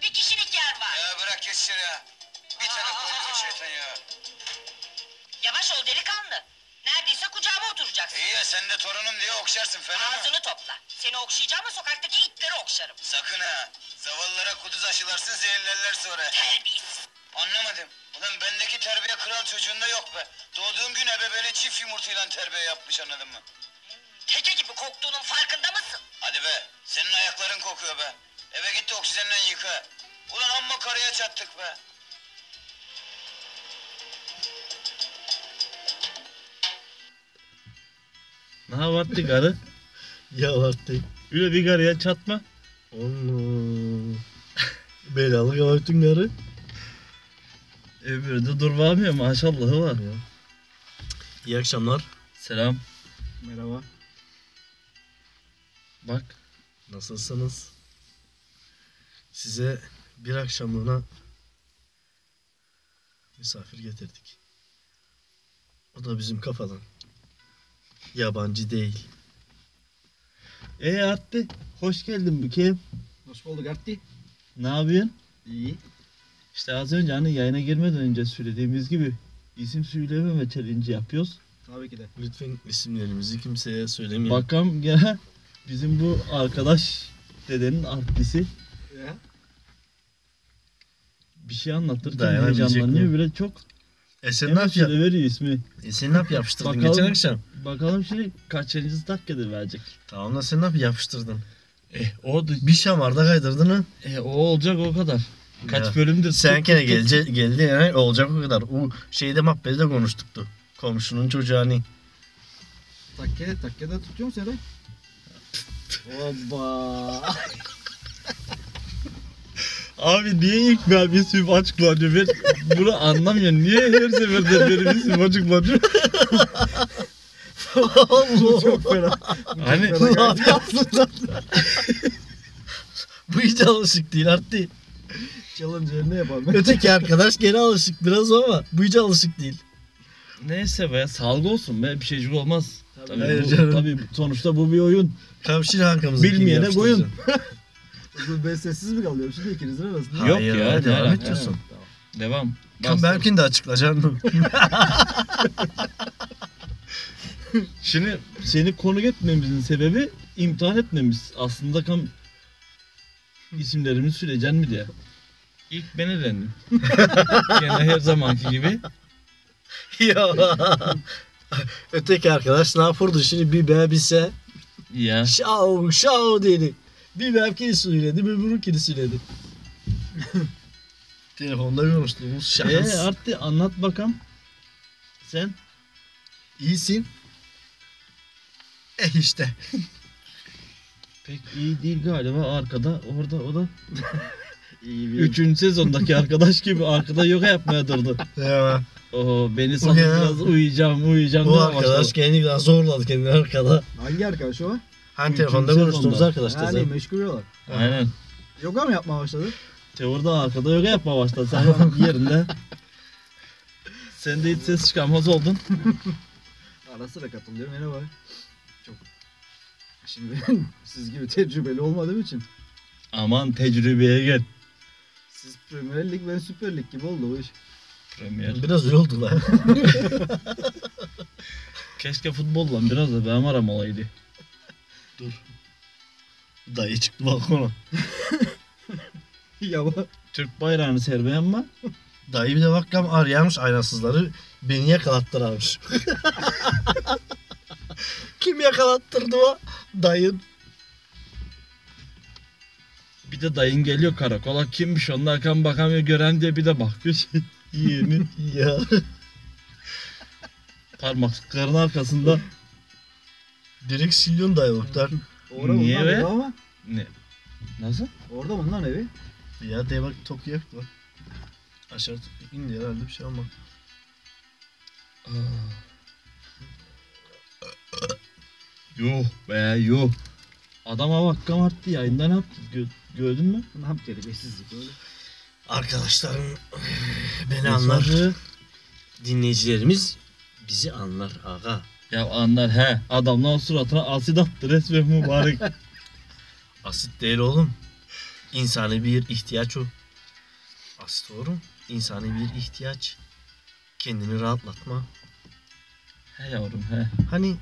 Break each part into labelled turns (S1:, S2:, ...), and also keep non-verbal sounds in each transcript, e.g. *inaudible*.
S1: Bir kişilik yer var.
S2: Ya bırak geçsin ya. Bir tane koydu bu şeytan ya.
S1: Yavaş ol delikanlı. Neredeyse kucağıma oturacaksın.
S2: İyi ya sen de torunum diye okşarsın fena mı?
S1: Ağzını topla. Seni okşayacağıma sokaktaki itleri okşarım.
S2: Sakın ha. Zavallılara kuduz aşılarsın zehirlerler sonra.
S1: Terbiyesiz.
S2: Anlamadım. Ulan bendeki terbiye kral çocuğunda yok be. Doğduğum gün ebeveyni çift yumurtayla terbiye yapmış anladın mı?
S1: Teke gibi koktuğunun farkında mısın?
S2: Hadi be. Senin ayakların kokuyor be. Eve git de oksijenle yıka. Ulan amma karaya çattık be.
S3: Ne yaptı karı? *laughs*
S4: Yalattı.
S3: Üle bir karıya çatma.
S4: Onu. Belalı yalattın karı.
S3: Öbürü de durmamıyor maşallah var.
S4: Ya. İyi akşamlar.
S3: Selam.
S4: Merhaba.
S3: Bak.
S4: Nasılsınız? Size bir akşamlığına misafir getirdik. O da bizim kafadan. Yabancı değil.
S3: E attı. Hoş geldin Bükem.
S5: Hoş bulduk Artti.
S3: Ne yapıyorsun?
S5: İyi.
S3: İşte az önce hani yayına girmeden önce söylediğimiz gibi isim söylememe challenge yapıyoruz.
S5: Tabii ki de.
S4: Lütfen isimlerimizi kimseye söylemeyin.
S3: Bakalım gene *laughs* bizim bu arkadaş dedenin artlisi
S5: Ee,
S3: bir şey anlatır da
S4: Dayanabilecek
S3: heyecanlanıyor
S4: mi?
S3: böyle çok
S4: E sen ne
S3: hemen
S4: yap ya?
S3: söyleveriyor ismi.
S4: E sen ne yap yapıştırdın
S3: Bakalım.
S4: geçen akşam?
S3: Bakalım şey, şimdi kaçıncı dakikadır verecek.
S4: Tamam da sen ne yap yapıştırdın?
S3: Eh o
S4: Bir şamarda kaydırdın ha.
S3: e, o olacak o kadar. Kaç
S4: Ya.
S3: bölümdür?
S4: Sen
S3: Tut, tut,
S4: kere
S3: tut.
S4: gelece, geldi yani olacak o kadar. O şeyde mahpede de konuştuktu. Komşunun çocuğu hani.
S5: takke, takke de tutuyor musun seni?
S3: *laughs*
S5: Oba.
S3: Abi niye ilk ben bir sürü açıklanıyor? Ben bunu anlamıyorum. Niye her seferde benim bir sürü açıklanıyor?
S4: Allah.
S5: *laughs*
S3: Hani
S4: Ulan
S3: *laughs*
S4: yaptın lan. Bu hiç alışık değil Artti.
S5: Challenge'ı ne yapalım?
S4: Öteki arkadaş gene alışık biraz o ama bu hiç alışık değil.
S3: neyse be salgı olsun be bir şeycik olmaz.
S5: Tabii.
S3: Tabii,
S4: Hayır
S3: bu,
S4: canım.
S3: tabii sonuçta bu bir oyun.
S4: Kamşir hankamızı
S3: Bilmeyene boyun.
S5: Uzun ben sessiz mi kalıyorum şimdi ikinizin arasında?
S3: Yok ya, ne
S4: devam
S3: alaka?
S4: et diyorsun.
S5: Evet, tamam.
S3: Devam.
S4: Kan
S3: Bastır.
S4: Berkin de açıklayacaksın.
S3: Şimdi seni konuk etmemizin sebebi imtihan etmemiz. Aslında kam isimlerimi sürecen mi diye. İlk ben *laughs* elendim. Gene her zamanki gibi.
S4: *laughs* ya. Öteki arkadaş ne yapırdı şimdi bir berbise
S3: Ya.
S4: şav şav dedi. Bir berkini söyledi öbürünkini söyledi. *laughs* Telefonda konuştuğumuz şans.
S3: Ee Artti anlat bakalım. Sen
S4: İyisin. Eh işte.
S3: pek iyi değil galiba arkada orada o da
S5: İyi bir.
S3: Üçüncü sezondaki arkadaş gibi arkada yoga yapmaya durdu.
S4: Ya,
S3: Oo beni sana
S4: ya.
S3: biraz uyuyacağım uyuyacağım.
S4: bu
S3: diye
S4: arkadaş
S3: başladı.
S4: kendini biraz zorladı kendini arkada.
S5: Hangi arkadaş o?
S4: Hani
S3: Üçüncü
S4: telefonda konuştuğumuz
S3: sezonda.
S4: arkadaş da
S5: Yani
S4: zaten.
S5: meşgul olan.
S3: Aynen.
S5: Yoga mı yapmaya başladı?
S3: Teoride arkada yoga yapmaya başladı. Sen yerinde. Sen de hiç ses çıkarmaz oldun.
S5: Ara sıra katılıyorum. Merhaba. Çok. Şimdi *laughs* ben siz gibi tecrübeli olmadığım için.
S3: Aman tecrübeye gel.
S5: Siz Premier Lig ben Süper Lig gibi oldu bu iş. *laughs*
S3: Premier.
S4: Biraz öyle oldu lan. *laughs*
S3: Keşke futbolla biraz da benim aram olaydı.
S4: Dayı çıktı balkona.
S5: ya bak.
S3: Türk bayrağını sermeyen mi?
S4: Dayı bir de bakkam arayamış aynasızları. Beni yakalattırarmış. *laughs* Kim yakalattırdı o? Dayın.
S3: Bir de dayın geliyor karakola. Kimmiş onun arkam bakamıyor gören diye bir de bakıyor *laughs* şey. Yeğeni.
S4: Ya.
S3: parmaklıkların arkasında
S4: Direkt silyon dayılıklar.
S5: Orada
S3: Niye
S5: bunlar
S3: be?
S5: evi ama.
S3: ne? Nasıl?
S5: Orada bunlar evi.
S4: Ya diye bak topu yaktı bak. Aşağı topu indi herhalde bir şey ama.
S3: Yuh be yuh. Adama bak kam arttı yayında ne yaptı? Gö- gördün mü?
S5: Ne yap terbiyesizlik öyle.
S4: Arkadaşlarım *sighs* beni anlar.
S3: Mesajı-
S4: Dinleyicilerimiz bizi anlar aga.
S3: Ya anlar he. Adamlar suratına asit attı resmen mübarek.
S4: Asit değil oğlum. İnsani bir ihtiyaç o. Astorum. insani bir ihtiyaç. Kendini rahatlatma.
S3: *laughs* He yavrum he.
S4: Hani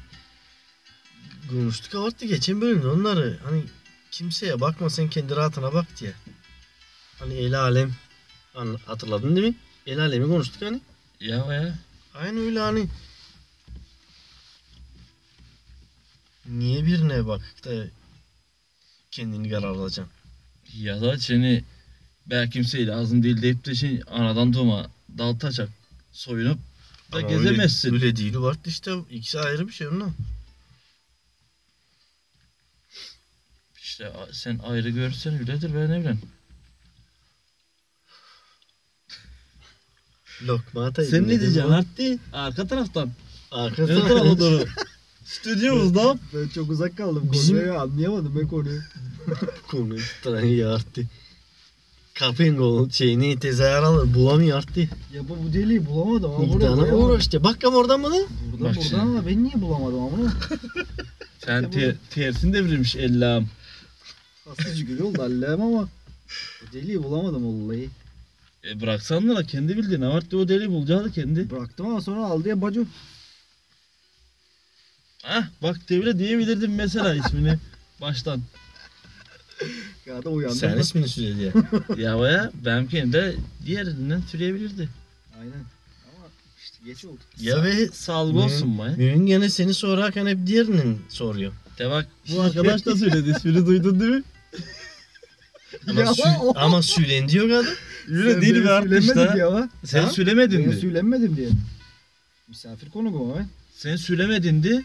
S4: konuştuk artık geçen bölümde onları. Hani kimseye bakma sen kendi rahatına bak diye. Hani el alem Anla- hatırladın değil mi? El alemi konuştuk hani.
S3: Ya ya.
S4: Aynı öyle hani. Niye birine bakıp da kendini kararlayacaksın?
S3: Ya da seni belki kimseye lazım değil deyip de şimdi anadan doğma dal taçak soyunup da
S4: Ama
S3: gezemezsin.
S4: Öyle, öyle değil Bart işte ikisi ayrı bir şey onunla.
S3: İşte a- sen ayrı görsen öyledir ben ne bileyim.
S4: Lokma atayım.
S3: Sen ne
S4: dedim
S3: diyeceksin
S4: ama
S3: Artti? Arka taraftan.
S4: Arkasına
S3: Ön tarafa
S4: *laughs*
S3: doğru. Stüdyomuzda.
S5: Ben çok uzak kaldım
S4: Bizim-
S5: konuya anlayamadım ben konuyu.
S4: konuyu tutan iyi arttı. Kapıyın kolunu şeyini tezahür alır bulamıyor arttı.
S5: Ya bu, bu deliği bulamadım ama
S4: İddiana
S5: buraya koyamadım.
S4: uğraştı. Bak kam oradan bana.
S5: Buradan
S3: Bak
S5: buradan
S3: şimdi.
S5: ama ben niye bulamadım amına?
S3: Sen te- tersini devirmiş ellam.
S5: Hastacı gülü oldu Allah'ım ama. Bu deliği bulamadım vallahi.
S3: E bıraksan da la, kendi bildiğin Amartya o deli bulacağı da kendi.
S5: Bıraktım ama sonra aldı ya bacım.
S3: Ah bak devre diyebilirdim mesela ismini. *laughs* Baştan.
S5: Ya da uyandı.
S4: Sen ismini söyle *laughs* diye.
S3: Ya baya benimkini de diğerinden türeyebilirdi.
S5: Aynen. Ama işte geç oldu.
S4: Ya ve
S3: Salgı olsun baya.
S4: Mühim gene seni sorarken hep diğerinin soruyor.
S3: De bak bu arkadaş da söyledi ismini duydun değil mi?
S4: Ama,
S5: Ya
S4: sü-
S5: o-
S4: ama sülen diyor kadın.
S3: Öyle
S5: Sen
S3: değil
S5: beni
S3: mi artık
S5: söylemedin diye
S3: da?
S5: ama.
S3: Sen
S5: Ha?
S3: söylemedin
S5: Ben
S3: de.
S5: söylenmedim diye. Misafir konu bu ama.
S3: Sen söylemedin de.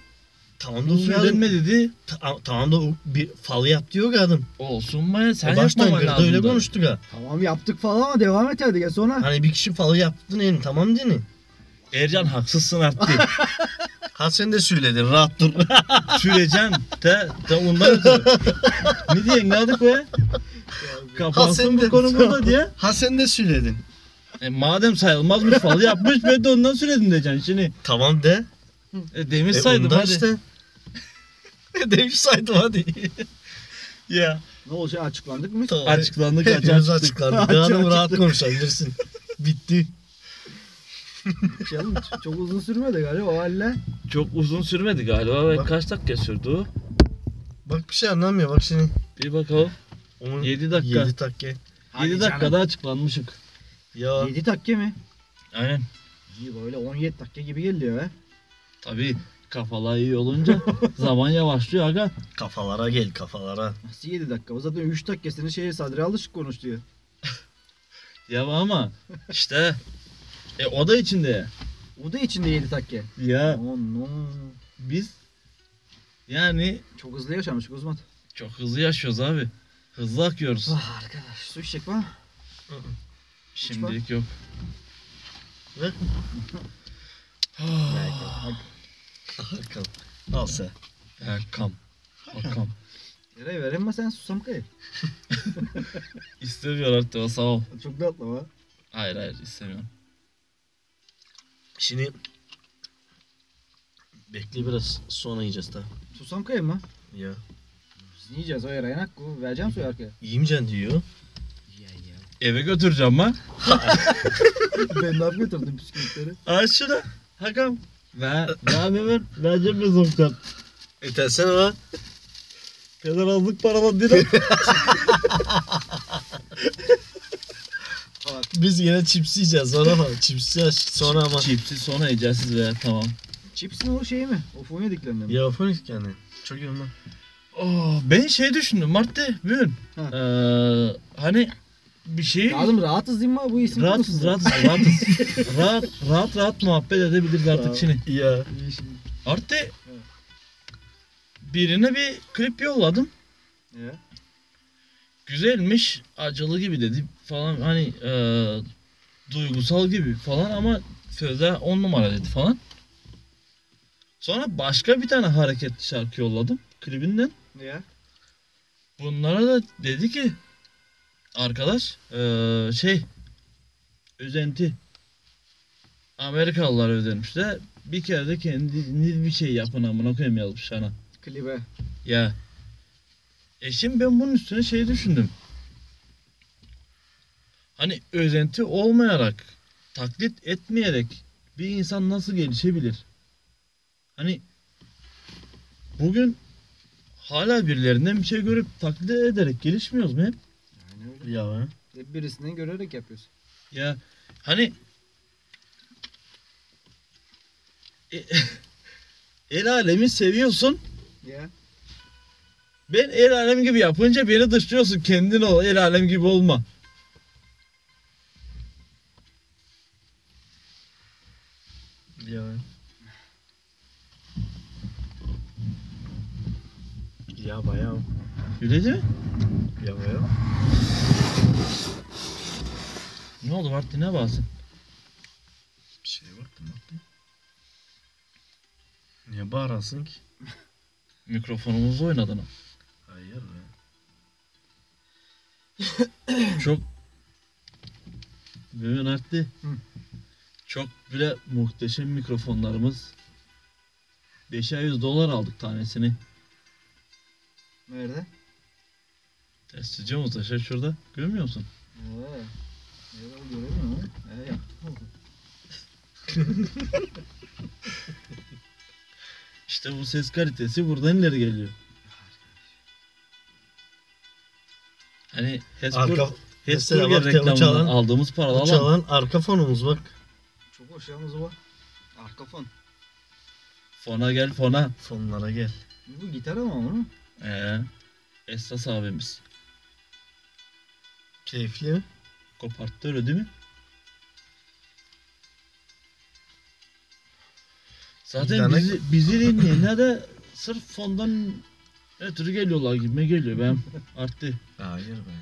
S4: Tamam da
S3: Bu
S4: o kadın.
S3: söylenme dedi.
S4: Ta- tamam da o bir fal yap diyor kadın.
S3: Olsun baya sen
S4: Sen baştan
S3: yapmaman
S4: beri de
S3: lazım.
S4: öyle
S3: da.
S4: konuştuk ha.
S5: Tamam yaptık falan ama devam et hadi ya sonra.
S4: Hani bir kişi falı yaptın yani tamam dini.
S3: Ercan haksızsın artık. *laughs*
S4: Ha sen de söyledin rahat dur.
S3: Süreceğim. De, de ondan ötürü. ne diyeyim ne adık be?
S4: sen
S3: Kapansın bu
S4: de-
S3: konu burada diye.
S4: *laughs* ha sen de söyledin.
S3: E, madem sayılmazmış falı yapmış ben de ondan söyledim diyeceksin şimdi.
S4: Tamam de.
S3: E, demin
S4: E,
S3: saydım
S4: ondan
S3: hadi. *laughs*
S4: işte. Demiş saydım hadi. ya.
S5: Ne olacak açıklandık mı?
S4: Tamam.
S3: Açıklandık
S4: Hepimiz
S3: açıklandık.
S4: açıklandık. Daha da rahat konuşabilirsin. Bitti.
S5: Canım Şey çok uzun sürmedi galiba o halle.
S3: Çok uzun sürmedi galiba.
S4: Bak.
S3: Kaç dakika sürdü o?
S4: Bak bir şey anlamıyor bak senin.
S3: Bir bakalım.
S4: Onun
S3: 7 dakika.
S4: 7 dakika.
S3: 7 dakikada açıklanmışık.
S4: Ya
S5: 7 dakika mi?
S3: Aynen.
S5: İyi böyle 17 dakika gibi geliyor be.
S3: Tabii kafalar iyi olunca zaman yavaşlıyor aga.
S4: kafalara gel kafalara.
S5: Nasıl 7 dakika? O zaten 3 dakikasını şeye Sadri Alışık konuş diyor.
S3: Ya ama işte e o da içinde.
S5: O da içinde 7 dakika.
S3: Ya
S5: Oh no.
S3: biz yani
S5: Çok hızlı yaşamışık uzman.
S3: çok hızlı yaşıyoruz abi. Hızlı akıyoruz.
S5: Ah arkadaş su içecek mi?
S3: Şimdilik yok. Ah,
S4: Bakalım. Al sen.
S3: Erkam. Bakalım.
S5: Nereye vereyim mi sen susam kayı?
S3: İstemiyor artık o sağ ol.
S5: Çok da atla
S3: Hayır hayır istemiyorum.
S4: Şimdi bekle biraz sonra yiyeceğiz daha.
S5: Susam kayı mı?
S4: Ya.
S5: Biz ne yiyeceğiz o yarayan hakkı? Vereceğim suyu arkaya.
S4: Yiyemeyeceksin diyor.
S3: Eve götüreceğim ben.
S5: *laughs* ben ne yapıyorum tabii bisküvitleri?
S3: Aç şunu. Hakam. Ver. Ver ver ver. Vereceğim ben sonuçta.
S4: Etersen E, ama.
S3: Kadar azlık paradan değil.
S4: Biz yine çips yiyeceğiz sonra ama. Çips yiyeceğiz sonra ama.
S3: Çipsi sonra yiyeceğiz ve tamam.
S5: Chips mi o şey mi? O Fonya diklerinden mi?
S4: Ya fonik yani. Çok iyi ondan.
S3: Oh, ben şey düşündüm Mart'te bugün.
S5: Ha.
S3: Ee, hani bir şey
S5: Ya Oğlum rahatız değil mi bu isim
S3: rahat
S5: konusunda?
S3: rahat rahat rahat rahat rahat muhabbet edebiliriz artık şimdi.
S4: Ya.
S5: İyi şimdi.
S3: Artte birine bir klip yolladım.
S5: Ya.
S3: Güzelmiş, acılı gibi dedi falan hani e, duygusal gibi falan ama sözde on numara dedi falan. Sonra başka bir tane hareketli şarkı yolladım klibinden.
S5: Ya.
S3: Bunlara da dedi ki arkadaş eee, şey özenti Amerikalılar özenmiş de bir kere de kendiniz bir şey yapın amına koyayım yazmış sana.
S5: Klibe.
S3: Ya. E şimdi ben bunun üstüne şey düşündüm. hani özenti olmayarak, taklit etmeyerek bir insan nasıl gelişebilir? Hani bugün hala birilerinden bir şey görüp taklit ederek gelişmiyoruz mu hep?
S5: Yani öyle.
S4: Ya ha.
S5: Hep birisini görerek yapıyorsun.
S3: Ya hani E- *laughs* el alemi seviyorsun.
S5: Ya.
S3: Ben el alem gibi yapınca beni dışlıyorsun. Kendin ol. El alem gibi olma.
S4: Ya ha. Ya bayağı.
S3: Öyle değil mi?
S4: Ya bayağı.
S3: Ne oldu Martin ne bağırsın?
S4: Bir şeye baktım baktım. Niye bağırasın ki?
S3: Mikrofonumuzla oynadın.
S4: Hayır be.
S3: Çok Mehmet arttı.
S5: Hı.
S3: Çok bile muhteşem mikrofonlarımız. 5'e 100 dolar aldık tanesini.
S5: Nerede?
S3: Testçi Mustafa şey şurada. Görmüyor musun?
S5: Ee. Nerede o göremiyorum ama. Ee yaptım.
S3: İşte bu ses kalitesi buradan ileri geliyor. Hani
S4: Arka,
S3: Hesburger,
S4: mesela
S3: Hesburger
S4: bak ya,
S3: reklamından
S4: uçağın-
S3: aldığımız paralı alan
S4: çalan arka fonumuz bak.
S5: Çok hoş yalnız o. Ah, Arka fon.
S3: fona gel fona.
S4: Fonlara gel.
S5: Bu gitar ama bunu.
S3: Ee, Esas abimiz.
S4: Keyifli mi?
S3: Koparttı öyle değil mi? Zaten
S4: Bir tane-
S3: bizi, bizi dinleyenler de sırf fondan ötürü geliyorlar gibime geliyor ben arttı.
S4: Hayır be.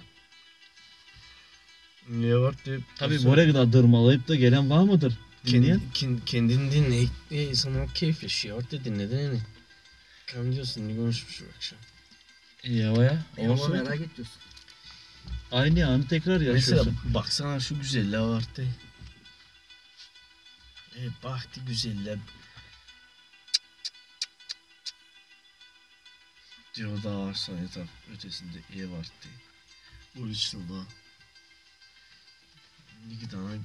S4: Niye var diye.
S3: Tabii buraya kadar dırmalayıp da gelen var mıdır? Dinleyen?
S4: Kendi, kin, kendini dinle. E, insan o keyifli şey var diye dinledin yani. Kam diyorsun ne konuşmuş bu akşam.
S3: E, Ya o ya.
S5: Ama
S3: Olsun.
S5: merak ediyorsun.
S3: Aynı anı tekrar
S4: Mesela
S3: yaşıyorsun.
S4: baksana şu güzelliğe var diye. E, baktı güzelliğe. Diyor da varsa etap ötesinde ev var diye. Bu üç yılda. İki tane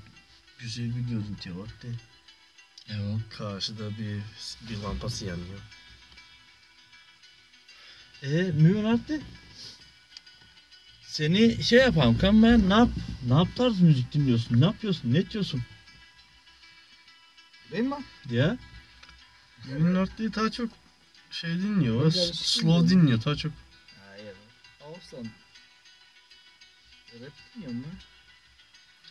S4: güzel bir görüntü var diye.
S3: Eyvallah.
S4: Karşıda bir, bir lampası yanıyor.
S3: E Mümin Art'te seni şey yapalım kan ben ne yap ne yap tarz müzik dinliyorsun ne yapıyorsun ne diyorsun
S5: Değil mi?
S3: ya
S4: Minart diye daha çok şey dinliyor.
S5: Biraz
S4: s-
S5: şey
S4: Slow
S5: dinliyor.
S4: dinliyor daha çok.
S5: Hayır. Olsun. Rap dinliyor mu?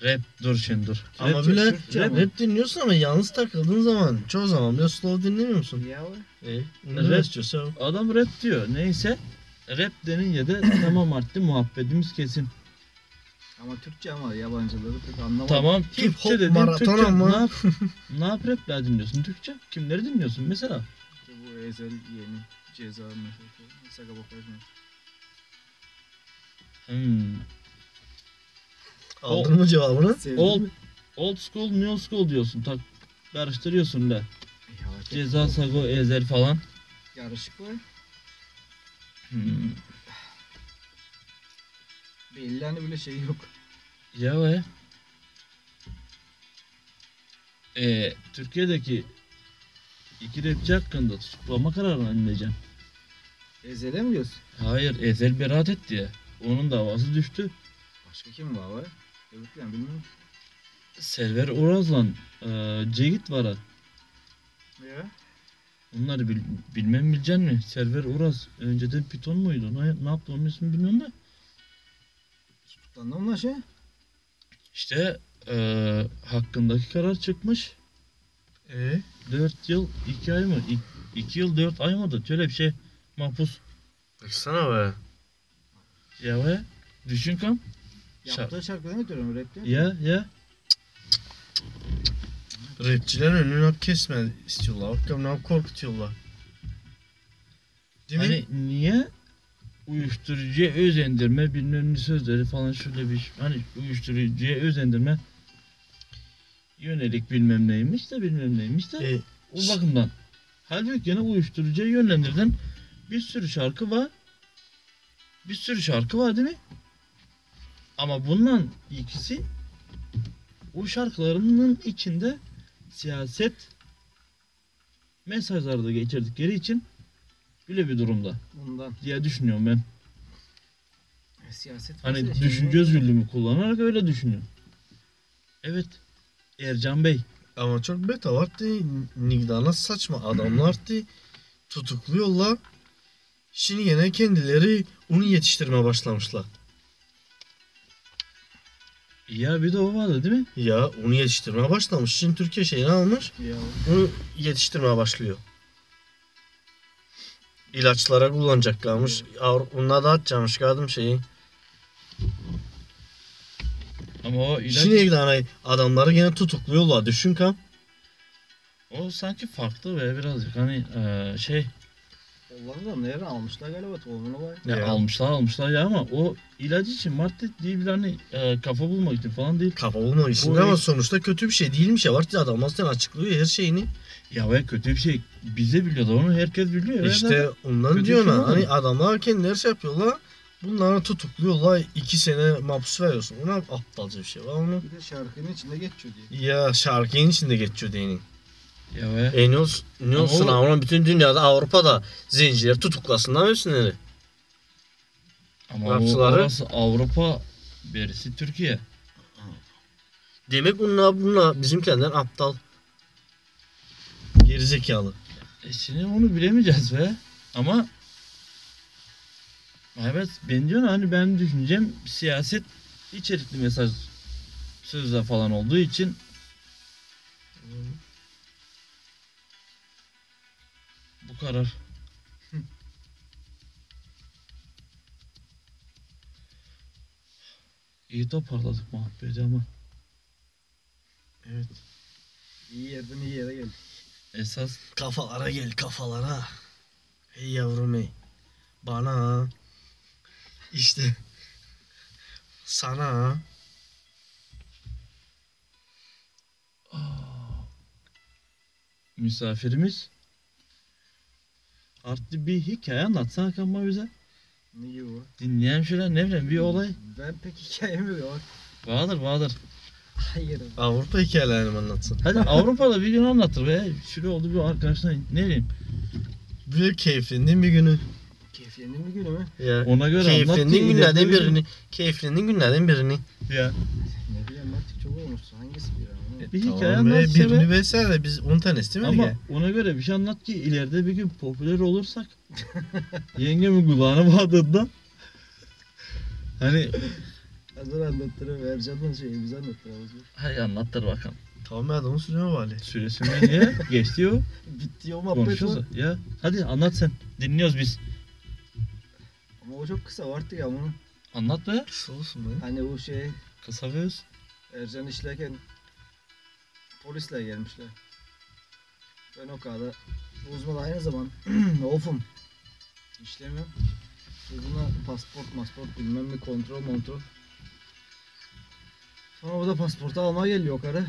S3: rap dur şimdi dur
S4: Ama şey
S3: Rap-
S4: böyle
S5: Türkçe
S4: rap,
S5: ama.
S4: dinliyorsun ama yalnız takıldığın zaman çoğu zaman böyle slow dinlemiyor musun?
S5: Ya o.
S4: E,
S3: Rap-
S4: istiyorsa o.
S3: adam rap diyor neyse rap denince de
S4: *laughs*
S3: tamam Art'te muhabbetimiz kesin
S5: Ama Türkçe ama yabancıları pek anlamadım.
S3: tamam
S4: Hip hop
S3: Türkçe dedin
S4: maraton
S3: Türkçe
S4: ama.
S3: ne yap *laughs* ne yap rapler dinliyorsun Türkçe kimleri dinliyorsun mesela
S5: İşte bu ezel yeni ceza mesela. Saga bakar mı?
S3: hmm.
S4: Aldın mı cevabını?
S5: Sevdin
S3: old
S5: mi?
S3: old school new school diyorsun tak karıştırıyorsun da
S5: Ya, çok-
S3: ceza sago ezel falan
S5: Yarışık var.
S3: hmm.
S5: Belli hani böyle şey yok.
S3: Ya ve Ee, Türkiye'deki iki rapçi hakkında tutuklama kararı alınacak.
S5: Ezele mi diyorsun?
S3: Hayır, Ezel beraat etti ya. Onun davası düştü.
S5: Başka kim var var? Evet lan bilmiyorum.
S3: Server Uraz'la e, Cegit var. ha.
S5: Ya.
S3: Onları bil- bilmem bilecek mi? Server Uraz önceden Python muydu? Ne, ne yaptı onun ismini bilmiyorum da.
S5: Tutuklandı mı lan şey?
S3: İşte e, hakkındaki karar çıkmış.
S4: E?
S3: 4 yıl 2 ay mı? 2 yıl 4 ay mıydı? Şöyle bir şey mahpus.
S4: Baksana be.
S3: Ya ve düşün kam. Şa-
S5: Yaptığı şarkıdan ötürü mü rapte?
S3: Ya ya.
S4: Rapçilerin önünü hep kesme istiyorlar. Bakalım ne yap korkutuyorlar. Değil mi?
S3: Hani niye uyuşturucuya özendirme bilmem ne sözleri falan şöyle bir hani uyuşturucuya özendirme yönelik bilmem neymiş de bilmem neymiş de
S4: E,
S3: o bakımdan. Halbuki yine uyuşturucuya yönlendirdin. Bir sürü şarkı var. Bir sürü şarkı var değil mi? Ama bundan ikisi o şarkılarının içinde siyaset mesajları da geçirdikleri için böyle bir durumda
S5: Bundan.
S3: diye düşünüyorum ben.
S5: E, siyaset
S3: Hani
S5: mesele şimdi.
S3: düşünce özgürlüğümü kullanarak öyle düşünüyorum. Evet. Ercan Bey.
S4: Ama çok beta vardı. Nigdana saçma adamlardı. Tutukluyorlar. Şimdi yine kendileri onu yetiştirmeye başlamışlar.
S3: Ya bir de o vardı değil mi?
S4: Ya onu yetiştirmeye başlamış. Şimdi Türkiye şeyini almış.
S5: Ya,
S4: Onu yetiştirmeye başlıyor. İlaçlara kullanacaklarmış. Avru- Onunla da atacakmış kadın şeyi.
S3: Ama o ilaç
S4: Şimdi yani adamları gene tutukluyorlar. Düşün kan.
S3: o sanki farklı ve birazcık hani eee, şey
S5: Onları da nereden almışlar galiba tohumunu var.
S3: ya
S4: Ya.
S3: e, almışlar almışlar ya ama o ilaç için madde değil bir hani eee, kafa bulmak için falan değil.
S4: Kafa olmak için
S3: Bu-
S4: ama sonuçta kötü bir şey değilmiş ya. Var ki adam zaten açıklıyor her şeyini.
S3: Ya ve kötü bir şey bize biliyordu onu herkes biliyor. ya
S4: İşte
S3: zaten.
S4: ondan
S3: kötü
S4: diyor
S3: şey
S4: lan,
S3: var
S4: hani
S3: mı?
S4: adamlar kendileri şey yapıyorlar. Bunları tutukluyorlar. iki sene mahpus veriyorsun. Ona aptalca bir şey var onu.
S5: Bir de şarkının içinde geçiyor diye.
S4: Ya şarkının içinde geçiyor deyin.
S3: Ya ve
S4: E ne olsun, ne
S3: Ama o-
S4: olsun lan? Ulan bütün dünyada Avrupa'da zenciler tutuklasınlar ölsünleri.
S3: ama o,
S4: Rapçıları-
S3: orası Avrupa berisi Türkiye.
S4: Demek bunlar bunlar bizimkilerden aptal. Gerizekalı.
S3: E şimdi onu bilemeyeceğiz be. Ama evet ben diyorum hani benim düşüncem siyaset içerikli mesaj sözle falan olduğu için bu karar. İyi toparladık muhabbeti ama
S4: Evet.
S5: İyi yerden iyi yere geldi.
S3: esas
S4: Kafalara gel kafalara. Hey yavrum hey. Bana. işte Sana.
S3: misafirimiz artık bir hikaye anlatsana Hakan baba bize.
S5: Ne bu?
S3: Dinleyen şöyle ne bileyim bir olay.
S5: Ben pek hikayem yok.
S3: Bahadır Bahadır.
S5: Hayır.
S4: Avrupa hikayelerini mi anlatsın?
S3: Hadi Avrupa'da bir gün anlatır be. Şöyle oldu bir arkadaşlar ne bileyim.
S4: Bir keyiflendiğin bir günü.
S5: Keyiflendim bir günü mü?
S4: Ya.
S3: Ona göre anlat.
S4: Keyiflendiğin
S3: ki
S4: günlerden
S3: ileride bir-
S4: birini. Keyiflendiğin günlerden birini.
S3: Ya.
S5: Ne bileyim artık çok olmuş. Hangisi bir ama?
S3: Bir hikaye
S4: Tamam be,
S3: anlat size
S4: Birini
S3: be.
S4: versene biz 10 tane istemedik
S3: Ama
S4: ya.
S3: ona göre bir şey anlat ki ileride bir gün popüler olursak *laughs* yengemin kulağına bağladığında hani
S5: Hazır anlattırım. Ercan'dan şeyi bize anlattıralım.
S3: hay anlattır bakalım.
S4: Tamam ben onu söylüyorum vali.
S3: Süresinde niye? Geçti o.
S5: Bitti o muhabbet
S3: Konuşuyoruz.
S5: var.
S3: da. Ya hadi anlat sen. Dinliyoruz biz.
S5: Ama o çok kısa vardı ya bunu.
S3: Anlat be.
S4: Kısa olsun be.
S5: Hani o şey
S3: Kısa ve öz.
S5: Ercan işlerken polisle gelmişler. Ben o kadar uzman aynı zaman *clears throat* ofum. İşlemiyorum. Ve Buna pasport masport bilmem ne kontrol montrol. Sonra bu da pasportu almaya geliyor o karı.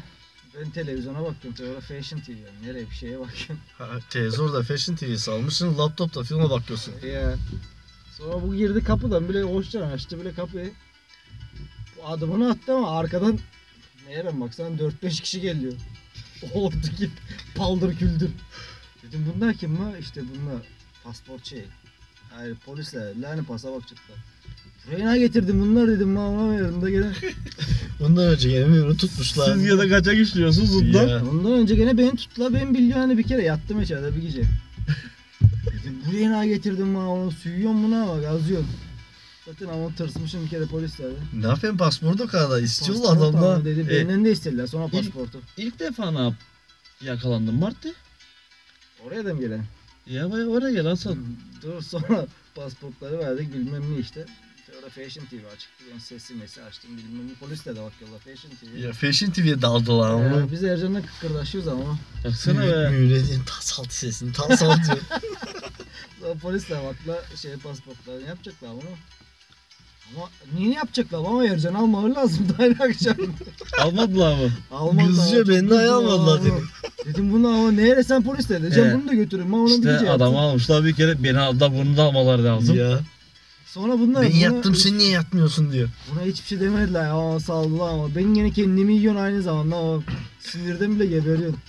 S5: Ben televizyona bakıyorum. Sonra Fashion TV yani. Nereye bir şeye bakıyorum.
S4: Ha, Tezor'da Fashion TV'si almışsın, laptopta filme bakıyorsun.
S5: Ya. Sonra bu girdi kapıdan bile hoşça açtı bile kapıyı. Bu adımını attı ama arkadan nereden baksan 4-5 kişi geliyor. *laughs* Oradaki paldır küldür. Dedim bunlar kim mi? İşte bunlar pasport şey. Hayır polisler lani pasaport çıktı. Buraya ne getirdim bunlar dedim ben anlamıyorum da gene.
S4: Bundan önce yeni tutmuşlar.
S3: Siz ya da kaça güçlüyorsunuz bundan.
S4: Ya.
S5: Ondan önce gene beni tuttular ben biliyor hani bir kere yattım içeride bir gece. Dedim buraya ne getirdim ben onu suyuyorum buna ama gazıyorum. Zaten ama tırsmışım bir kere polislerden.
S4: Ne yapayım pasportu kadar istiyorlar
S5: Pasport
S4: adamlar.
S5: aldım Dedi,
S3: E,
S5: benden de istediler sonra
S3: ilk-
S5: pasportu.
S3: İlk defa ne yap? Yakalandın Mart'ta.
S5: Oraya da mı gelen?
S3: Ya bay oraya gel Hasan.
S5: Dur sonra pasportları verdik bilmem ne işte. Orada Fashion TV açıktı. Ben sesi mesi açtım bilmem ne. Polis de bak yolla Fashion TV.
S4: Ya Fashion TV'ye daldılar ama.
S5: Ya, biz Ercan'la kıkırdaşıyoruz ama.
S3: Baksana be.
S4: Müğredin tasalt sesini *laughs* tasalt diyor.
S5: Sonra polis de bakla şey pasportlarını yapacaklar bunu. Ama niye yapacaklar ama Ercan almaları lazım *laughs* da aynı akşam.
S3: Almadılar mı?
S5: Almaz
S4: Kızıyor,
S5: ama çok
S4: beni de
S5: kızıyor
S4: ayağmadılar
S5: ama.
S4: dedim.
S5: Dedim bunu ama nereye sen polis de diyeceğim
S3: He.
S5: bunu da götürün. Ben ona bir
S3: İşte
S5: gece yaptım.
S3: adamı almışlar bir kere beni aldılar bunu da almaları lazım.
S4: ya.
S5: Sonra bunlar
S4: ben şey-
S5: buna,
S4: yattım sen niye yatmıyorsun diyor.
S5: buna hiçbir şey demediler. Aa salla ama ben yine kendimi yiyorsun aynı zamanda ama sinirden bile geberiyorsun.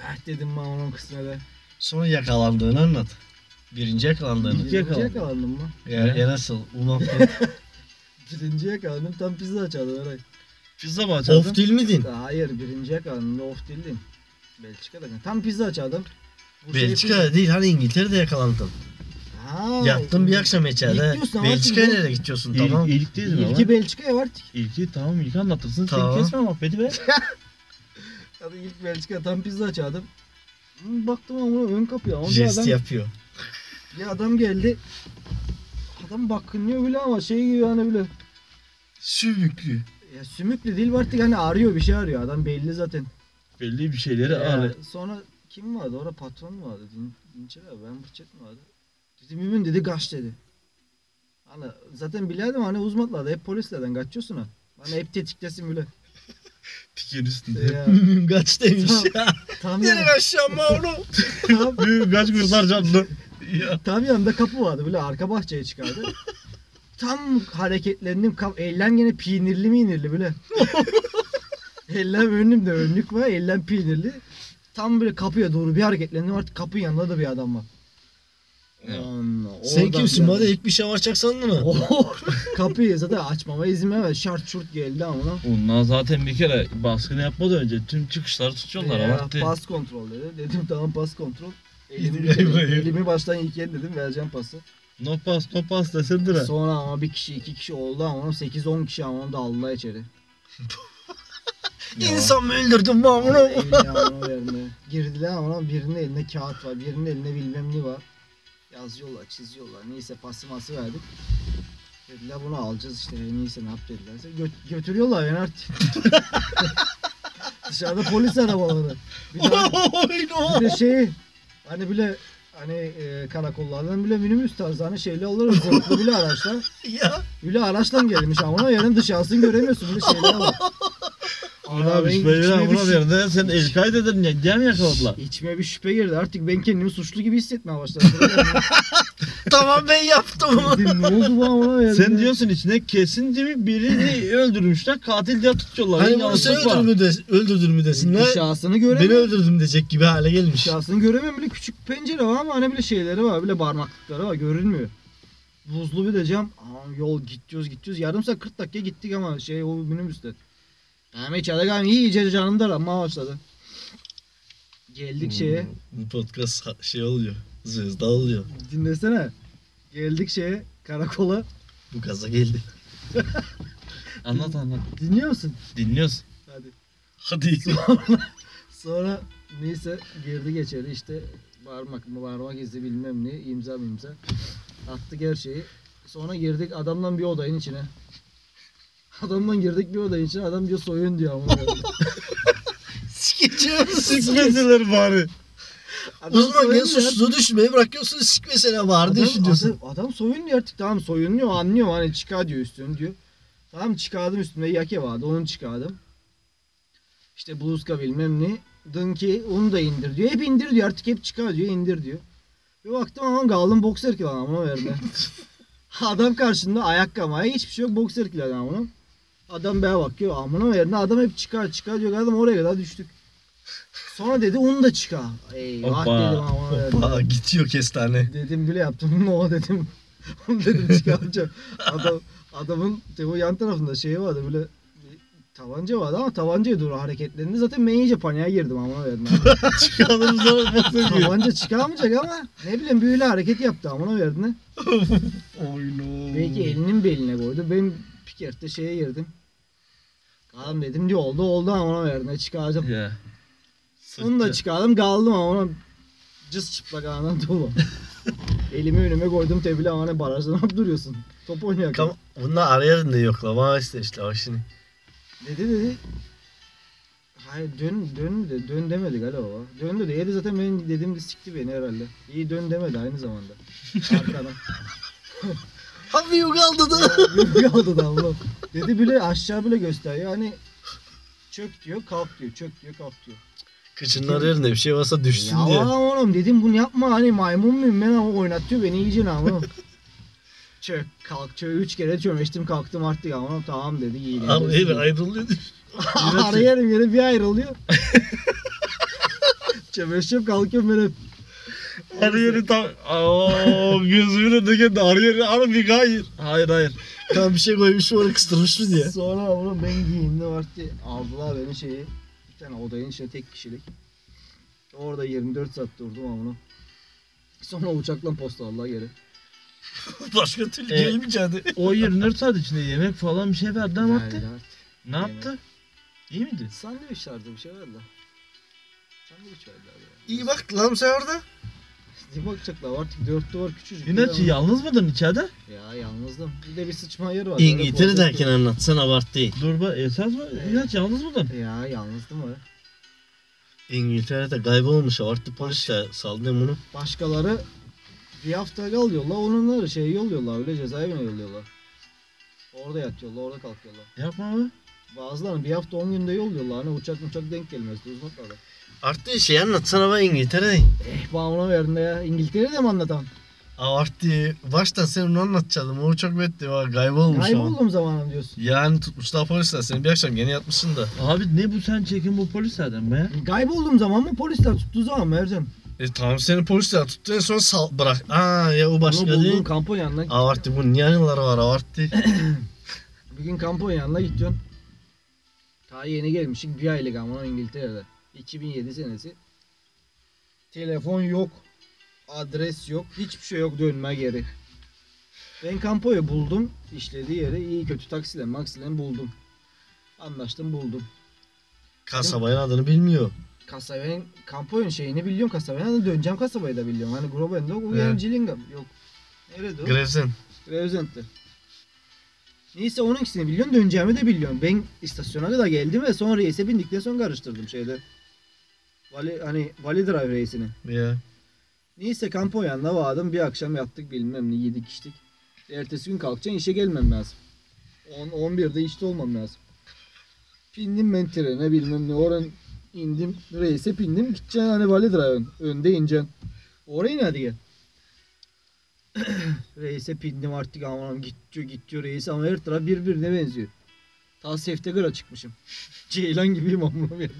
S5: Eh dedim ben onun kısmına da.
S4: Sonra yakalandığını anlat. Birinci yakalandığını.
S5: Birinciye
S3: yakaladın.
S5: yakalandım mı?
S4: Ya, ya nasıl? Ulan
S5: Birinciye yakalandım. Tam pizza çaldı öyle.
S3: Pizza mı açardın?
S4: of değil miydin?
S5: Hayır birinciye yakalandım. Of değildim. Belçika'da. Tam pizza çaldım. Bu şey
S4: Belçika'da değil hani İngiltere'de yakalandın.
S5: pizza- Ha,
S4: Yattın bir akşam içeride.
S5: Gidiyorsun ama
S4: Belçika'ya
S5: şimdi-
S4: nereye gidiyorsun
S3: İl,
S4: tamam.
S3: İlk değil mi?
S5: İlki
S3: İlki,
S5: Belçika'ya var.
S3: ilki tamam ilk anlatırsın.
S4: Tamam.
S3: Sen kesme muhabbeti be.
S5: Hadi ilk Belçika tam pizza çaldım. Hmm, Baktım ama ön kapıya. Onca
S4: Jest
S5: adam,
S4: yapıyor.
S5: bir adam geldi. Adam bakınıyor bile ama şey gibi hani böyle.
S4: Sümüklü.
S5: Ya sümüklü değil artık hani arıyor bir şey arıyor. Adam belli zaten.
S3: Belli bir şeyleri
S5: Ya,
S3: ağır.
S5: Ee, Sonra kim vardı? Orada patron mu vardı? Din, Dinçer abi ben Burçet mi vardı? Dedi mümin dedi kaç dedi. Hani zaten bilirdim hani uzmatlarda hep polislerden kaçıyorsun ha. Bana hep tetiktesin bile.
S3: Tikin üstünde. *laughs*
S5: Ya,
S4: Mümkün *laughs* kaç demiş
S5: Tamam.
S4: ya.
S5: tam,
S4: Gelin
S5: yan,
S4: aşağı Mauro.
S5: tam,
S3: Büyük kaç kurtar canlı. ya.
S5: tam yanında kapı vardı böyle arka bahçeye çıkardı. tam hareketlendim. Kap, ellem gene peynirli minirli *laughs* böyle. ellem önümde önlük var. Ellem peynirli. Tam böyle kapıya doğru bir hareketlendim artık kapının yanında da bir adam var.
S3: Evet.
S5: Anla,
S4: Sen
S5: oradan
S4: kimsin?
S5: bir
S4: Bana
S5: adam-
S4: ilk bir şey açacak sandın mı?
S5: Oo, Kapıyı zaten açmama izin vermedi. Şart şurt geldi ama.
S3: Bunlar zaten bir kere baskını yapmadan önce tüm çıkışları tutuyorlar.
S5: Ya,
S3: ama
S5: pas kontrol dedi. Dedim tamam pas kontrol. Elimi,
S4: İbrahim.
S5: elimi baştan yıkayın dedim vereceğim pası.
S3: No pass no pass desindir ha.
S5: Sonra ama bir kişi iki kişi oldu ama 8-10 kişi ama da aldılar içeri.
S3: Ya.
S4: *laughs* İnsan mı öldürdün Mauro?
S5: Elini ama yerine. Girdiler ama birinin elinde kağıt var. Birinin elinde bilmem ne var. Yazıyorlar çiziyorlar. Neyse pasıması verdik. Dediler bunu alacağız işte. Neyse ne yap dedilerse. Gö- götürüyorlar yani artık. *laughs* Dışarıda polis arabaları. Bir daha Bir de
S3: *laughs*
S5: şey hani bile hani e, karakollardan bile minibüs tarzı hani şeyle olur zırhlı bile araçlar.
S4: *laughs* ya.
S5: Bile araçla gelmiş ama ona yerin dışarısını göremiyorsun bile şeyler var.
S3: Ana *laughs* abi
S5: benim
S3: şüpheli
S5: içime
S3: lan
S5: bir
S3: buna
S5: şey-
S3: verdi. Sen el kaydedin ya. Diye mi yakaladılar?
S5: İçime bir şüphe girdi. Artık ben kendimi suçlu gibi hissetmeye
S3: *laughs*
S5: başladım.
S4: tamam ben yaptım onu.
S5: Dedim, ne oldu bu ama yerine?
S3: Sen diyorsun içine kesin gibi birini öldürmüşler. Katil diye tutuyorlar.
S4: Hani
S3: Yalan
S4: bunu sen
S3: yok var.
S4: öldürdün mü, de, öldürdün mü desinler.
S5: Dışarısını
S4: Beni
S5: göremiyorum.
S4: öldürdüm diyecek gibi hale gelmiş.
S5: Dışarısını Şey, göremiyorum. Bile küçük pencere var ama hani bile şeyleri var. Bile parmaklıkları var. Görünmüyor. Buzlu bir de cam. Aa, yol gidiyoruz gidiyoruz. Yarım saat 40 dakika gittik ama şey o minibüste. Hem içeride kalm iyice canım da ama başladı. Geldik şeye.
S4: Bu podcast ha- şey oluyor. Zızda oluyor.
S5: Dinlesene. Geldik şeye. Karakola.
S4: Bu gaza geldi.
S3: Anlat anlat.
S5: Dinliyor musun?
S3: Dinliyoruz.
S5: Hadi.
S4: Hadi. *laughs*
S5: Sonra neyse girdi geçeri işte parmak mı parmak izi bilmem ne imza mı imza. Attık her şeyi. Sonra girdik adamdan bir odayın içine. Adamdan girdik bir odanın içine adam diyor soyun diyor ama.
S4: Sikeceğim.
S3: Sikmesinler bari.
S4: Uzman gel suçlu düşmeyi bırakıyorsun sik mesela var diye
S5: Adam,
S4: düşünüyorsun.
S5: adam, adam soyunuyor artık tamam soyunuyor anlıyor hani çıkar diyor üstünü diyor. Tamam çıkardım üstüme yake vardı onu çıkardım. İşte bluzka bilmem ne. Dınki onu da indir diyor. Hep indir diyor artık hep çıkar diyor indir diyor. Bir baktım aman galın boxer ki bana bunu verdi.
S3: *laughs*
S5: adam karşında ayakkabı hiçbir şey yok boxer ki adam bunu. Adam bana bakıyor amına verdi adam hep çıkar çıkar diyor. Adam oraya kadar düştük. Sonra dedi onu da çıkar. Eyvah
S3: Hoppa.
S5: dedim amına verdi.
S4: Aa, gidiyor kestane.
S5: Dedim bile yaptım. *laughs* No dedim. Onu dedim çıkaracağım. Adam, adamın o yan tarafında şey vardı böyle bir tabanca vardı ama tabancaya doğru hareketlendi. Zaten ben iyice paniğe girdim
S3: *laughs*
S5: ama verdim.
S3: Çıkalım
S5: *laughs*
S3: sonra basın diyor.
S5: tabanca çıkarmayacak ama ne bileyim böyle hareket yaptı amına verdiğine.
S4: Oyno.
S3: Hmm.
S5: Belki elinin beline koydu. Ben pikerte şeye girdim. Kaldım dedim diyor oldu oldu amına verdiğine çıkaracağım.
S3: Ya.
S5: Onu da
S3: Sıktı.
S5: çıkardım kaldım amına. Cız çıplak anan *laughs* dolu. Elimi önüme koydum tebile amına barajdan hop duruyorsun. Top oynuyor.
S4: Kam- Bunlar arayarın da yoklama işte işte bak şimdi.
S5: Dedi dedi. Hayır dön dön de dön demedi galiba. baba. Dön dedi. Yedi zaten benim dediğimde sikti beni herhalde. İyi dön demedi aynı zamanda. *laughs* Arkadan.
S4: Abi yok aldı da.
S5: Yaldı da abla. Dedi bile aşağı bile gösteriyor. Hani çök diyor kalk diyor. Çök diyor kalk diyor.
S4: Kıçının arayarında bir şey varsa düşsün
S5: Ya
S4: diye. *laughs*
S5: oğlum dedim bunu yapma hani maymun muyum ben ama oynatıyor beni iyice namım. çök kalk çök. Üç kere çömeştim kalktım artık ama tamam dedi iyi.
S4: Abi ev
S5: *laughs*
S4: ayrılıyor.
S5: Araya yerim yere
S4: *laughs*
S5: bir ayrılıyor. Çömeşiyorum kalkıyorum böyle.
S3: Arıyeri tam... Aa, gözümün önüne geldi. Arıyeri harbi hayır. Hayır hayır.
S4: Tam bir şey koymuş mu oraya kıstırmış mı diye.
S5: Sonra oğlum ben giyimli var diye aldılar beni şeyi. Bir tane odanın içine tek kişilik. Orada 24 saat durdum ama bunu. Sonra uçakla posta aldılar geri.
S4: *laughs* Başka türlü
S3: Ee,
S4: gelmeyeceğini.
S3: O 24 saat içinde yemek falan bir şey verdi ama
S5: Verdiler.
S3: attı. Ne yaptı? İyi miydi?
S5: Sandviç vardı bir şey verdiler. Sandviç verdiler ya.
S4: İyi bak lan sen orada.
S5: Bir bakacaklar artık dört duvar küçücük. Bir
S3: İnaç
S5: de-
S3: yalnız mıydın içeride?
S5: Ya yalnızdım. Bir de bir sıçma yeri var.
S4: İngiltere
S5: Böyle
S4: derken anlatsan abart değil.
S3: Dur bak esas mı? İnaç yalnız mıydın?
S5: portakal- Ya yalnızdım öyle.
S4: İngiltere'de kaybolmuş abarttı polis de saldım bunu.
S5: Başkaları bir hafta kal diyorlar. Onları şey yolluyorlar. Öyle cezaevine yolluyorlar. Orada yatıyorlar. Orada kalkıyorlar.
S3: Yapma mı?
S5: Bazılarını bir hafta 10 günde yolluyorlar. Hani uçak uçak denk gelmez. Uzmaklarla.
S4: Arttı şey anlatsana bak İngiltere'de.
S5: Eh bağımına verdin de ya. İngiltere'de mi anlatan?
S4: Abarttı. Baştan sen onu anlatacaktım. O çok betti var kaybolmuş ama.
S5: Kayboldum zamanım diyorsun.
S4: Yani tutmuşlar polisler seni bir akşam gene yatmışsın da.
S3: Abi ne bu sen çekin bu polislerden be?
S5: Kayboldum zaman mı polisler tuttuğu zaman mı Ercan?
S4: E tamam seni polisler tuttu en son sal bırak. Aa ya o başka
S5: Onu buldum
S4: değil.
S5: kampın yanına.
S4: Abarttı bunun niye anıları var abarttı.
S5: Bir gün kampın yanına gidiyorsun. Ta yeni gelmişik bir aylık ama İngiltere'de. 2007 senesi. Telefon yok. Adres yok. Hiçbir şey yok dönme geri. Ben Campo'yu buldum. işlediği yeri iyi kötü taksiyle maksiyle buldum. Anlaştım buldum.
S4: Kasabayın adını bilmiyor.
S5: Kasabayın, Campo'yun şeyini biliyorum kasabayın. Hani döneceğim kasabayı da biliyorum. Hani Groben'de yok.
S4: Evet.
S5: Uyan Gillingham yok. Nerede o?
S4: Grevsen.
S5: Revzent'te. Neyse onun ikisini biliyorum döneceğimi de biliyorum. Ben istasyona kadar geldim ve sonra reise bindikten sonra karıştırdım şeyde. Vali, hani Vali Drive reisini.
S4: Ya.
S5: Neyse Kamponya'nda vardım bir akşam yattık bilmem ne yedik içtik. Ertesi gün kalkacaksın işe gelmem lazım. 10 11'de işte olmam lazım. Pindim ben trene bilmem ne oran indim reise pindim gideceksin hani Vali Drive'ın önde ineceksin. Oraya in hadi gel. *clears throat* reise pindim artık aman gidiyor gidiyor reis ama her taraf birbirine benziyor. Ta Seftegör'e çıkmışım. *laughs* Ceylan gibiyim amına koyayım.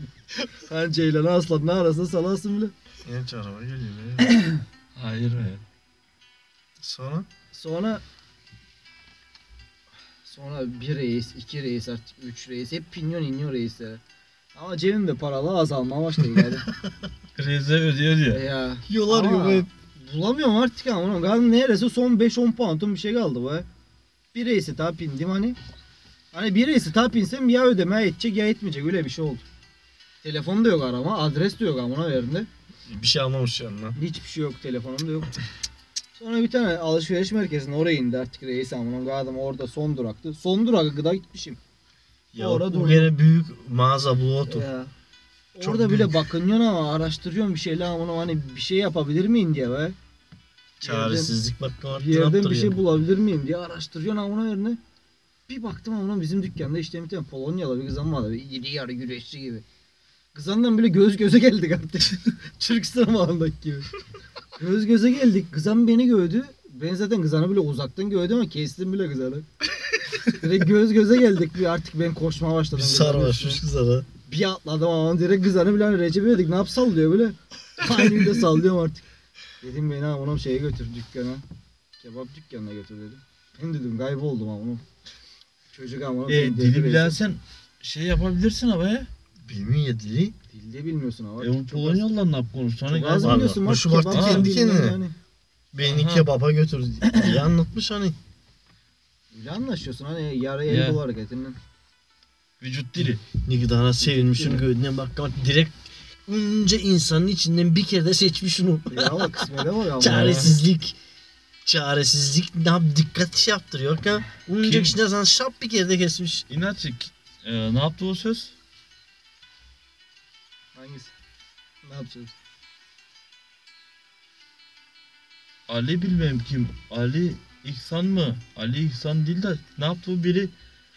S5: Sen Ceylan'ı aslanla arasında salarsın bile.
S4: Genç araba geliyor. ya.
S3: Hayır be.
S4: Sonra?
S5: Sonra sonra bir reis, iki reis artık üç reis. Hep pinyon iniyor reislere. Ama cebimde paralı azalma başladı geldi.
S3: Krize ödüyor diyor.
S5: ya.
S4: Yolar
S5: Ama
S4: yola hep.
S5: Bulamıyorum artık ama ulan galiba neresi son 5-10 pound'un bir şey kaldı bu. he. Bir reisi daha pindim hani. Hani bir reisi daha pinsem ya ödeme edecek ya etmeyecek öyle bir şey oldu. Telefon da yok arama, adres de yok amına yerinde.
S4: Bir şey almamış yanına.
S5: Hiçbir şey yok telefonumda yok. Sonra bir tane alışveriş merkezine oraya indi artık reis amına adam orada son duraktı. Son durağa kadar gitmişim.
S4: Ya
S5: Orada
S4: bu
S5: durdum.
S4: gene büyük mağaza bu otur.
S5: Ya.
S4: Çok
S5: Orada
S4: büyük.
S5: bile bakınıyorsun ama araştırıyorsun bir şeyler amına hani bir şey yapabilir miyim diye be.
S4: Çaresizlik bak ne
S5: Bir yerden bir şey
S4: yaptırıyor.
S5: bulabilir miyim diye araştırıyorsun amına yerine. Bir baktım amına bizim dükkanda işte bir tane Polonyalı bir kızan vardı. Bir iri yarı güreşçi gibi. Kızandan bile göz göze geldik artık. *laughs* Türkistan mağarındaki gibi. göz göze geldik. Kızan beni gördü. Ben zaten kızanı bile uzaktan gördüm ama kestim bile kızanı. direkt göz göze geldik. Bir artık ben koşmaya
S4: Bir
S5: başladım. kızanın üstüne.
S4: sarmaşmış kızlara.
S5: Bir atladım ama direkt kızanı bile hani Recep İvedik ne yap sallıyor böyle. Aynı bir de sallıyorum artık. Dedim beni amına şeye götür dükkana. Kebap dükkanına götür dedim. Ben dedim kayboldum amına. Çocuk amına.
S3: E,
S5: beni
S3: dili
S5: deli versin.
S3: bilersen şey yapabilirsin ama ya.
S4: Bilmiyor ya dili.
S5: Dili de bilmiyorsun ama.
S3: E bu Polonyalılar ne yap konuş. Sana
S5: Çok az
S3: gel.
S4: Vallahi.
S5: biliyorsun bak.
S4: Bu Şubat'ta
S5: kebap
S4: kendi
S5: bilmem
S4: kendine.
S5: yani.
S4: Beni
S3: Aha.
S4: kebaba götür diye anlatmış hani.
S5: Öyle anlaşıyorsun hani yarı
S3: Ya.
S5: el bul hareketinden.
S3: Vücut dili.
S4: Ne kadar sevinmişim göğdüne bak bak direkt önce insanın içinden bir kere de seçmiş onu.
S5: Ya ama kısmete bak ama.
S4: Çaresizlik. Çaresizlik ne yap dikkat şey yaptırıyor ya. Önce
S3: Kim?
S4: içinden sana şap bir kere de kesmiş.
S3: İnaç e, ne yaptı o söz?
S5: Hangisi? Ne yapacağız?
S3: Ali bilmem kim. Ali İhsan mı? Ali İhsan değil de ne yaptı bu biri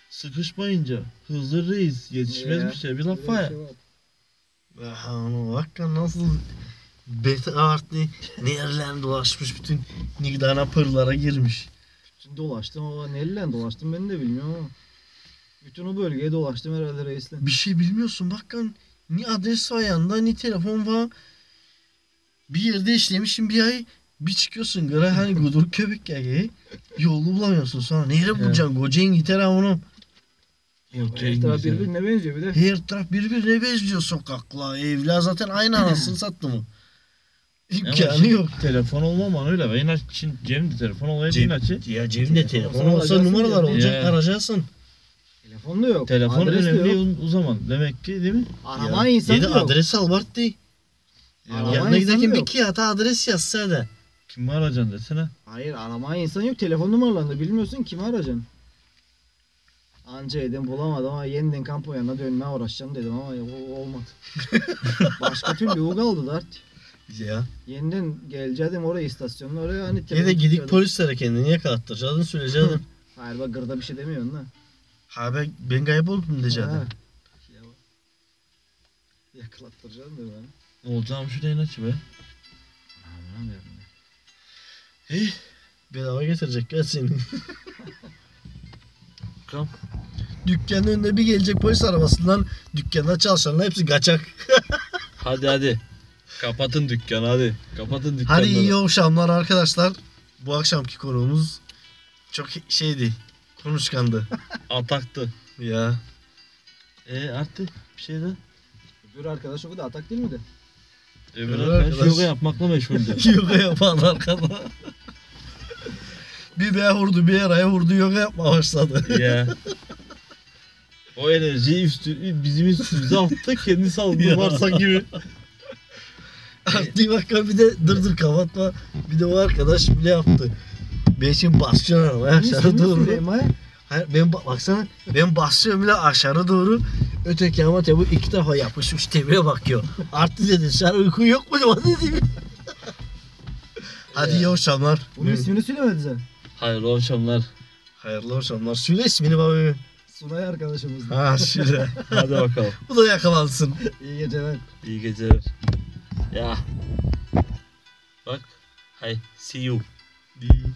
S3: sıkışmayınca hızlı reis yetişmez
S5: Ya,
S3: bir şey bir
S5: Böyle bir
S3: laf var ya.
S5: şey var.
S4: Aha ona bak ya nasıl beta artlı nerelerden dolaşmış bütün Nigdana pırlara girmiş.
S5: Şimdi dolaştım ama neyle dolaştım ben de bilmiyorum ama. Bütün o bölgeye dolaştım herhalde reisle.
S4: Bir şey bilmiyorsun. Bak lan, ni adres var yanında ni telefon var. Bir yerde işlemişsin bir ay. Bir çıkıyorsun gara *laughs* hani gudur köpek ya gey. Yolunu e? bulamıyorsun sonra. Nereye bulacaksın? Koca İngiltere onu.
S3: Yok
S5: Her taraf birbirine benziyor bir de.
S4: Her taraf birbirine benziyor sokakla. Evler zaten aynı *laughs* anasını sattı mı? İmkanı yok.
S3: Telefon olmam öyle. Ben inaç için Cem de telefon olayı
S4: Cem-
S3: inaçı.
S4: Ya cebinde telefon
S5: Telefonu
S4: olsa
S5: alacaksın
S4: numaralar
S5: ya.
S4: olacak
S3: Ya.
S4: arayacaksın.
S5: Telefon da yok.
S3: Telefon
S5: adres de
S3: önemli
S5: yok.
S3: o- o zaman demek ki değil mi?
S5: Arama
S4: Ya,
S5: insanı
S4: Dedi
S5: yok.
S4: adres al Bart değil.
S5: Arama
S4: Yanına giderken
S5: insanı
S4: bir
S5: yok.
S4: iki hata adres yazsa da.
S3: Kimi arayacaksın desene.
S5: Hayır arama insan yok. Telefon numaralarını bilmiyorsun kimi arayacaksın. Anca edin bulamadım ama yeniden kampanyanına dönmeye uğraşacağım dedim ama ya, o-
S4: *laughs*
S5: olmadı. Başka türlü o kaldı dert.
S4: Ya.
S5: Yeniden geleceğim oraya istasyonuna oraya hani
S4: Ya da
S5: telefon
S4: gidip
S5: tutuyordum.
S4: polislere kendini yakalattıracağını söyleyeceksin.
S5: Hayır bak gırda bir şey demiyorsun lan.
S4: ha ben, ben kayboldum diyeceksin.
S5: Ha. Ya bak. Yakalattıracağım diyor bana.
S3: Olacağım şu da inaçı be.
S5: Aman ya.
S4: Bedava getirecek gel seni.
S5: *laughs*
S3: Tamam.
S4: Dükkanın önüne bir gelecek polis arabasından dükkanda çalışanlar hepsi kaçak.
S3: Hadi hadi. Kapatın dükkanı hadi. Kapatın dükkanı.
S4: Hadi iyi akşamlar arkadaşlar. Bu akşamki konuğumuz çok şeydi. Konuşkandı.
S5: *laughs*
S3: Ataktı.
S4: ya.
S3: E artık bir şey de.
S5: Öbür arkadaş o kadar atak değil miydi?
S3: Öbür
S4: Öbür
S3: arkadaş
S4: arkadaş-
S3: yoga yapmakla meşguldü.
S4: *laughs* yoga yapan arkada. bir beye vurdu, bir araya vurdu, yoga yapmaya başladı.
S3: ya. O enerjiyi üstü, bizim üstümüze attı kendisi aldı
S4: Ya.
S3: varsak
S4: *laughs*
S3: gibi.
S4: Artık bak bir de dırdır kapatma. Bir de o arkadaş bile yaptı. Ben şimdi basıyorum arabaya aşağı doğru.
S5: Süleyman'a
S4: Hayır, ben ba- baksana ben basıyorum bile aşağı doğru. Öteki ama tabi iki defa yapışmış tepeye bakıyor. Artı dedi sen uykun yok mu *laughs* dedi. Hadi iyi akşamlar.
S5: bunun ismini söylemedi sen.
S3: Hayırlı akşamlar.
S4: Hayırlı akşamlar. Söyle ismini baba.
S5: Sunay arkadaşımızdı.
S4: Ha şöyle.
S3: Hadi bakalım.
S4: Bu da yakalansın.
S5: İyi geceler.
S3: İyi geceler. Ya. Bak. Hay. See you.